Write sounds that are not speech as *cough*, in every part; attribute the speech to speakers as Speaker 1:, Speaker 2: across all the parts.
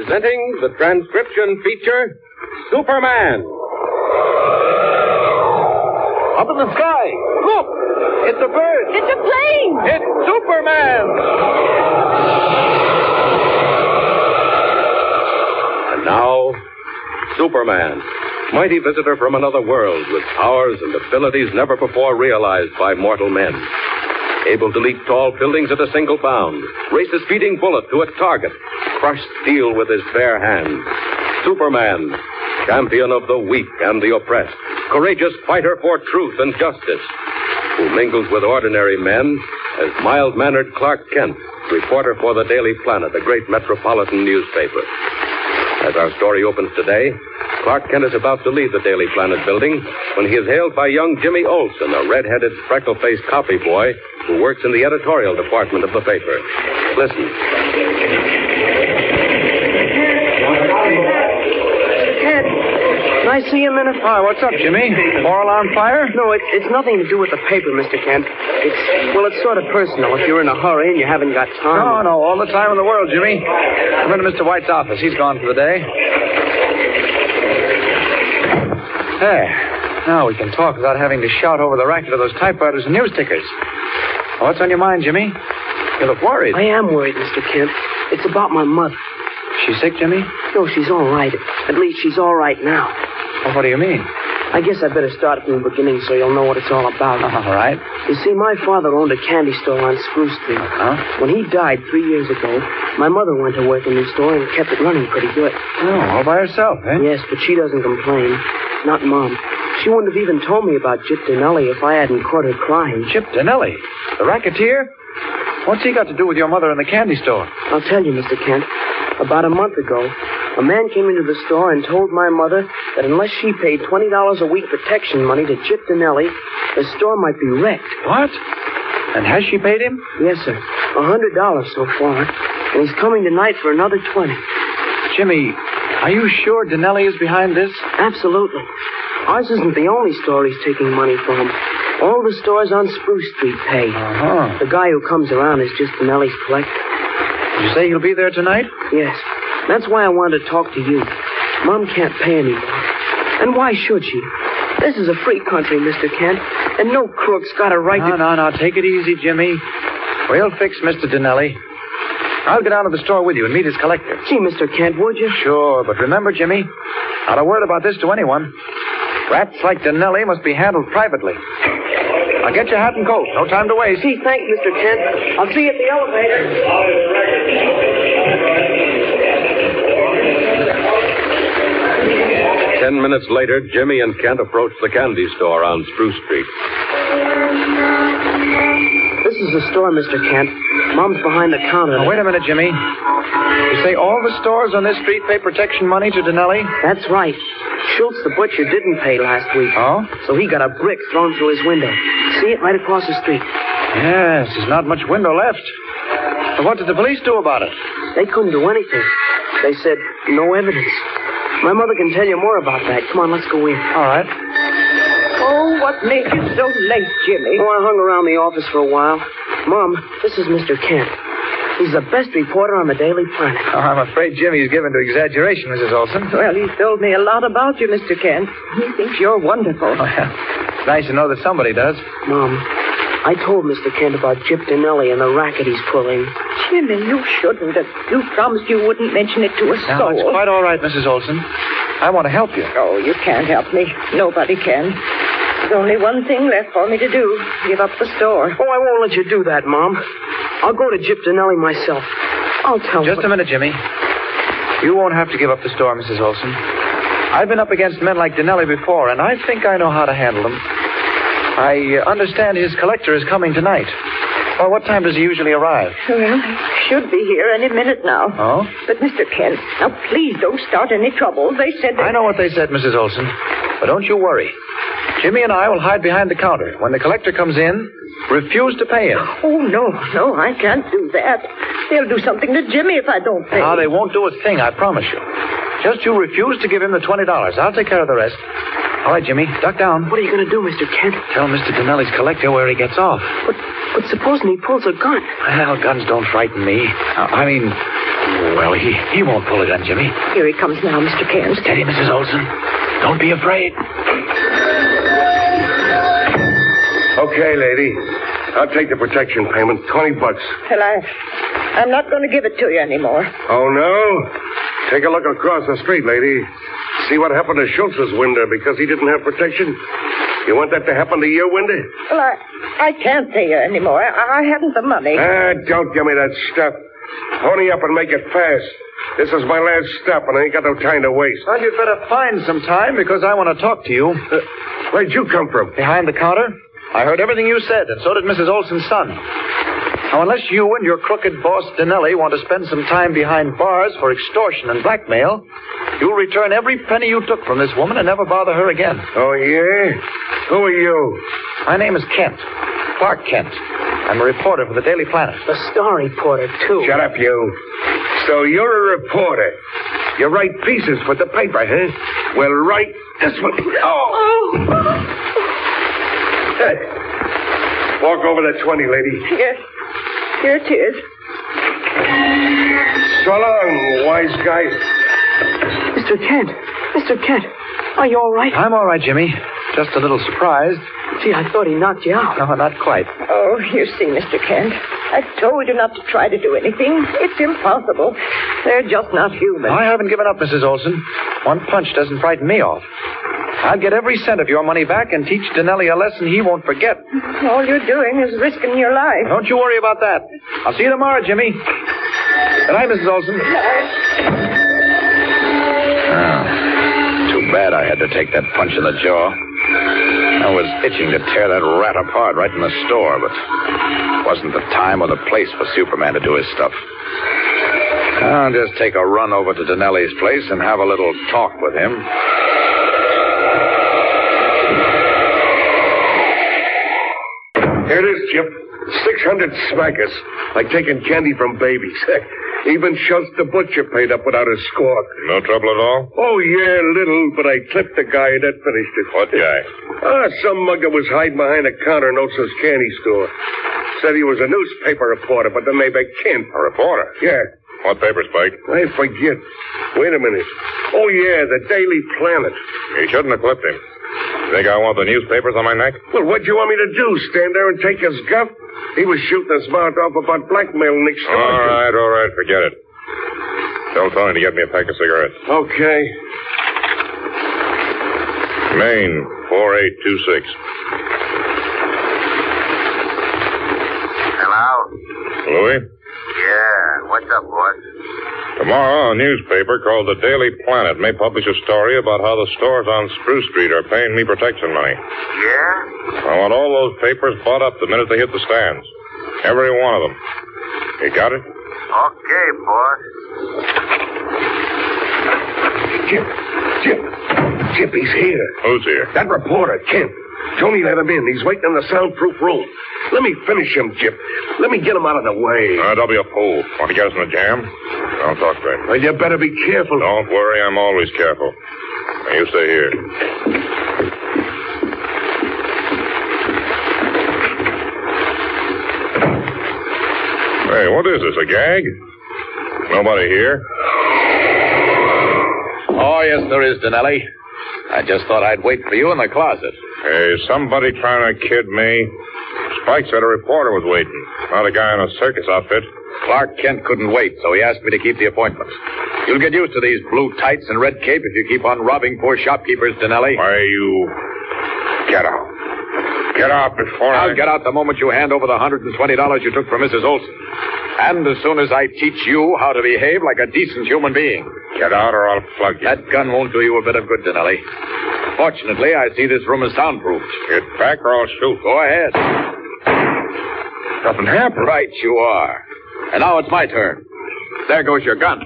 Speaker 1: presenting the transcription feature Superman. Up in the sky! Look! It's a bird!
Speaker 2: It's a plane!
Speaker 1: It's Superman! And now, Superman, mighty visitor from another world with powers and abilities never before realized by mortal men. Able to leap tall buildings at a single bound, race a speeding bullet to a target, crush steel with his bare hands. Superman, champion of the weak and the oppressed, courageous fighter for truth and justice, who mingles with ordinary men as mild mannered Clark Kent, reporter for the Daily Planet, a great metropolitan newspaper. As our story opens today, Clark Kent is about to leave the Daily Planet building when he is hailed by young Jimmy Olson, a red-headed, freckle-faced copy boy who works in the editorial department of the paper. Listen.
Speaker 3: Ted, can I see a minute?
Speaker 4: Hi, what's up, Jimmy? Oral on fire?
Speaker 3: No, it, it's nothing to do with the paper, Mr. Kent. It's, well, it's sort of personal if you're in a hurry and you haven't got
Speaker 4: No,
Speaker 3: time.
Speaker 4: Oh, no, all the time in the world, Jimmy. Come into Mr. White's office. He's gone for the day. There. Now we can talk without having to shout over the racket of those typewriters and news tickers. What's on your mind, Jimmy? You look worried.
Speaker 3: I am worried, Mr. Kent. It's about my mother.
Speaker 4: She sick, Jimmy?
Speaker 3: No, she's all right. At least she's all right now.
Speaker 4: Well, what do you mean? *laughs*
Speaker 3: I guess I better start from the beginning so you'll know what it's all about.
Speaker 4: All right.
Speaker 3: You see, my father owned a candy store on Spruce Street.
Speaker 4: Huh?
Speaker 3: When he died three years ago, my mother went to work in the store and kept it running pretty good.
Speaker 4: Oh, all by herself, eh?
Speaker 3: Yes, but she doesn't complain. Not Mom. She wouldn't have even told me about Jip Dinelli if I hadn't caught her crying.
Speaker 4: Chip Danelli, the racketeer? What's he got to do with your mother in the candy store?
Speaker 3: I'll tell you, Mr. Kent. About a month ago, a man came into the store and told my mother that unless she paid $20 a week protection money to Jip Dinelli, the store might be wrecked.
Speaker 4: What? And has she paid him?
Speaker 3: Yes, sir. A $100 so far. And he's coming tonight for another 20
Speaker 4: Jimmy, are you sure Danelli is behind this?
Speaker 3: Absolutely. Ours isn't the only store he's taking money from. All the stores on Spruce Street pay.
Speaker 4: Uh-huh.
Speaker 3: The guy who comes around is just Dinelli's collector.
Speaker 4: Did you say he'll be there tonight?
Speaker 3: Yes. That's why I wanted to talk to you. Mom can't pay anymore. And why should she? This is a free country, Mr. Kent, and no crook's got a right
Speaker 4: No,
Speaker 3: to.
Speaker 4: no, no. Take it easy, Jimmy. We'll fix Mr. Danelli. I'll go down to the store with you and meet his collector.
Speaker 3: Gee, Mr. Kent, would you?
Speaker 4: Sure, but remember, Jimmy, not a word about this to anyone. Rats like Danelli must be handled privately. Now get your hat and coat. No time to waste.
Speaker 3: Gee, thanks, Mr. Kent. I'll see you at the elevator.
Speaker 1: Ten minutes later, Jimmy and Kent approach the candy store on Spruce Street.
Speaker 3: This is the store, Mr. Kent. Mom's behind the counter.
Speaker 4: Now, wait a minute, Jimmy. You say all the stores on this street pay protection money to Danelli?
Speaker 3: That's right. Schultz the butcher didn't pay last week.
Speaker 4: Oh?
Speaker 3: So he got a brick thrown through his window. See it right across the street.
Speaker 4: Yes, there's not much window left. But what did the police do about it?
Speaker 3: They couldn't do anything. They said no evidence. My mother can tell you more about that. Come on, let's go in.
Speaker 4: All right.
Speaker 2: Oh, what made you so late, Jimmy?
Speaker 3: Oh, I hung around the office for a while. Mom, this is Mr. Kent. He's the best reporter on the Daily Planet.
Speaker 4: Oh, I'm afraid Jimmy's given to exaggeration, Mrs. Olson.
Speaker 2: Well, he's told me a lot about you, Mr. Kent. He thinks you're wonderful.
Speaker 4: Well, *laughs* it's nice to know that somebody does.
Speaker 3: Mom, I told Mr. Kent about Jip Dinelli and the racket he's pulling.
Speaker 2: Jimmy, you shouldn't have. You promised you wouldn't mention it to a
Speaker 4: Now, it's
Speaker 2: soul.
Speaker 4: quite all right, Mrs. Olson. I want to help you.
Speaker 2: Oh, you can't help me. Nobody can. There's only one thing left for me to do. Give up the store.
Speaker 3: Oh, I won't let you do that, Mom. I'll go to Jip Dinelli myself. I'll tell
Speaker 4: Just a
Speaker 3: him.
Speaker 4: minute, Jimmy. You won't have to give up the store, Mrs. Olson. I've been up against men like Denelli before, and I think I know how to handle them. I uh, understand his collector is coming tonight. Well, what time does he usually arrive?
Speaker 2: Well, I should be here any minute now.
Speaker 4: Oh?
Speaker 2: But, Mr. Kent, now please don't start any trouble. They said
Speaker 4: I
Speaker 2: that...
Speaker 4: know what they said, Mrs. Olson. But don't you worry. Jimmy and I will hide behind the counter. When the collector comes in, refuse to pay him.
Speaker 2: Oh, no, no, I can't do that. They'll do something to Jimmy if I don't pay.
Speaker 3: Ah,
Speaker 4: Now, they won't do a thing, I promise you. Just you refuse to give him the $20. I'll take care of the rest. All right, Jimmy, duck down.
Speaker 3: What are you going to do, Mr. Kent?
Speaker 4: Tell Mr. Denelli's collector where he gets off.
Speaker 3: But, but supposing he pulls a gun.
Speaker 4: Well, guns don't frighten me. I I mean,
Speaker 5: Uh, Well, he, he won't pull it on Jimmy.
Speaker 2: Here he comes now, Mr. Cairns.
Speaker 5: Steady, Mrs. Olson. Don't be afraid.
Speaker 6: Okay, lady. I'll take the protection payment, 20 bucks.
Speaker 2: Well, I, I'm not going to give it to you anymore.
Speaker 6: Oh, no? Take a look across the street, lady. See what happened to Schultz's window because he didn't have protection? You want that to happen to your window?
Speaker 2: Well, I, I can't pay you anymore. I, I haven't the money.
Speaker 6: Ah, don't give me that stuff. Pony up and make it fast. This is my last stop, and I ain't got no time to waste.
Speaker 5: Well, you'd better find some time because I want to talk to you.
Speaker 6: Uh, where'd you come from?
Speaker 5: Behind the counter? I heard everything you said, and so did Mrs. Olson's son. Now, unless you and your crooked boss, Danelli, want to spend some time behind bars for extortion and blackmail, you'll return every penny you took from this woman and never bother her again.
Speaker 6: Oh, yeah? Who are you?
Speaker 5: My name is Kent. Clark Kent. I'm a reporter for the Daily Planet.
Speaker 3: The star reporter, too.
Speaker 6: Shut up, you. So you're a reporter. You write pieces for the paper, huh? Well, write this one. Oh! Hey, Walk over that 20, lady.
Speaker 2: Yes. Here it is.
Speaker 6: So long, wise guy.
Speaker 3: Mr. Kent. Mr. Kent. Are you all right?
Speaker 5: I'm all right, Jimmy. Just a little surprised.
Speaker 3: Gee, I thought he knocked you out.
Speaker 5: No, not quite.
Speaker 2: Oh, you see, Mr. Kent. I told you not to try to do anything. It's impossible. They're just not human.
Speaker 5: I haven't given up, Mrs. Olson. One punch doesn't frighten me off. I'll get every cent of your money back and teach Danelli a lesson he won't forget.
Speaker 2: All you're doing is risking your life.
Speaker 5: Don't you worry about that. I'll see you tomorrow, Jimmy. Good night, Mrs. Olson.
Speaker 4: Too bad I had to take that punch in the jaw. I was itching to tear that rat apart right in the store, but it wasn't the time or the place for Superman to do his stuff. I'll just take a run over to Danelli's place and have a little talk with him.
Speaker 6: Here it is, Chip. 600 smackers, like taking candy from babies. Even Schultz the butcher paid up without a squawk.
Speaker 7: No trouble at all?
Speaker 6: Oh, yeah, little, but I clipped the guy and that finished it.
Speaker 7: What guy?
Speaker 6: Ah, some mugger was hiding behind a counter in Olson's candy store. Said he was a newspaper reporter, but then they made Kent.
Speaker 7: A reporter?
Speaker 6: Yeah.
Speaker 7: What paper, Spike?
Speaker 6: I forget. Wait a minute. Oh, yeah, the Daily Planet.
Speaker 7: You shouldn't have clipped him. You think I want the newspapers on my neck?
Speaker 6: Well, what do you want me to do? Stand there and take his guff? He was shooting his mouth off about blackmail and extortion.
Speaker 7: All right, all right, forget it. Tell Tony to get me a pack of cigarettes.
Speaker 6: Okay.
Speaker 7: Maine, 4826.
Speaker 8: Hello?
Speaker 7: Louis?
Speaker 8: Yeah, what's up, boss?
Speaker 7: Tomorrow, a newspaper called the Daily Planet may publish a story about how the stores on Spruce Street are paying me protection money.
Speaker 8: Yeah?
Speaker 7: I want all those papers bought up the minute they hit the stands. Every one of them. You got it?
Speaker 8: Okay, boss.
Speaker 6: Chip, Chip, Chip, he's here.
Speaker 7: Who's here?
Speaker 6: That reporter, Kent. Tony let him in. He's waiting in the soundproof room. Let me finish him, Chip. Let me get him out of the way.
Speaker 7: Uh, that'll be a fool. Want to get us in a jam? Don't talk,
Speaker 4: Uh,
Speaker 7: Brent.
Speaker 6: Well, you better be careful.
Speaker 7: Don't worry, I'm always careful. Now, you stay here. Hey, what is this, a gag? Nobody here?
Speaker 4: Oh, yes, there is, Danelli. I just thought I'd wait for you in the closet.
Speaker 7: Hey, somebody trying to kid me? Spike said a reporter was waiting. Not a guy in a circus outfit.
Speaker 4: Clark Kent couldn't wait, so he asked me to keep the appointment. You'll get used to these blue tights and red cape if you keep on robbing poor shopkeepers, Denelli.
Speaker 7: Why, you. Get out. Get out before I.
Speaker 4: I'll get out the moment you hand over the $120 you took from Mrs. Olson. And as soon as I teach you how to behave like a decent human being.
Speaker 7: Get out or I'll plug you.
Speaker 4: That gun won't do you a bit of good, Denelli. Fortunately, I see this room is soundproofed.
Speaker 7: Get back or I'll shoot.
Speaker 4: Go ahead.
Speaker 6: Nothing happened.
Speaker 4: Right you are. And now it's my turn. There goes your gun.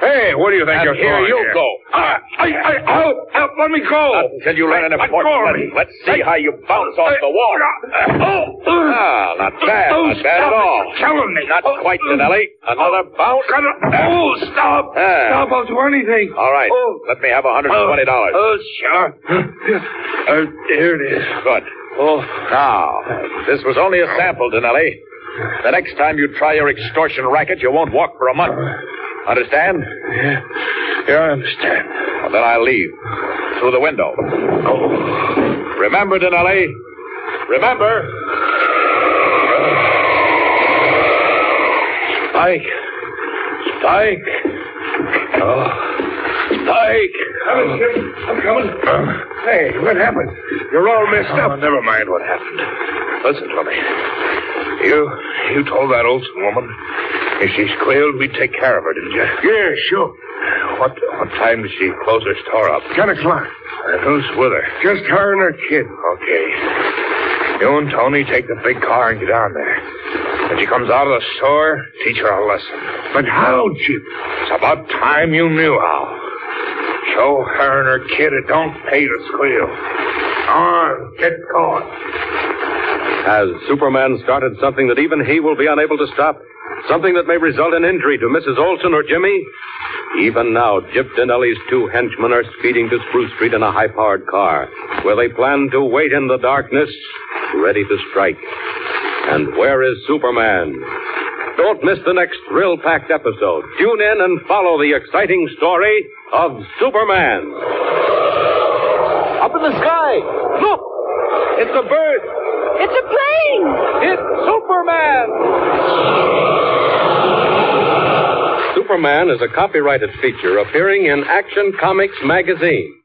Speaker 7: Hey, what do you think
Speaker 4: And
Speaker 7: you're
Speaker 4: here
Speaker 7: doing
Speaker 4: you
Speaker 7: here?
Speaker 4: go.
Speaker 6: Ah, I, I, help, help, let me go.
Speaker 4: Not until you learn an
Speaker 6: Let
Speaker 4: important
Speaker 6: go of
Speaker 4: lesson.
Speaker 6: me.
Speaker 4: Let's see how you bounce off the wall.
Speaker 6: Oh,
Speaker 4: Ah, not bad.
Speaker 6: Oh,
Speaker 4: Not bad at
Speaker 6: stop it.
Speaker 4: all.
Speaker 6: You're killing me.
Speaker 4: Not
Speaker 6: Oh,
Speaker 4: quite,
Speaker 6: oh,
Speaker 4: Denelli. Another bounce.
Speaker 6: oh, stop.
Speaker 4: Ah.
Speaker 6: Stop, I'll do anything.
Speaker 4: All right.
Speaker 6: Oh.
Speaker 4: Let me have $120.
Speaker 6: Oh,
Speaker 4: *laughs*
Speaker 6: sure. Uh, here it is.
Speaker 4: Good.
Speaker 6: Oh,
Speaker 4: Now, this was only a sample, Denelli. The next time you try your extortion racket, you won't walk for a month.
Speaker 6: Understand? Yeah. Yeah, I understand. Well, then I leave. Through the window. Oh. Remember, Denelli. Remember. Spike. Spike. Oh. Spike. Coming, Jim. I'm coming. hey, what happened? You're all messed up. Oh, Never mind what happened. Listen to me. You you told that Olson woman if she squealed, we'd take care of her, didn't you? Yeah, sure. What what time did she close her store up? Ten o'clock. who's with her? Just her and her kid. Okay. You and Tony take the big car and get down there. When she comes out of the store, teach her a lesson. But how, Jim? It's about time you knew how. Show her and her kid it don't pay to squeal. On, get going.
Speaker 4: Has Superman started something that even he will be unable to stop? Something that may result in injury to Mrs. Olson or Jimmy? Even now, Jip Dinelli's two henchmen are speeding to Spruce Street in a high powered car, where they plan to wait in the darkness, ready to strike. And where is Superman? Don't miss the next thrill packed episode. Tune in and follow the exciting story of Superman. Up in the sky! Look! It's a bird!
Speaker 2: It's a plane!
Speaker 4: It's Superman! Superman is a copyrighted feature appearing in Action Comics magazine.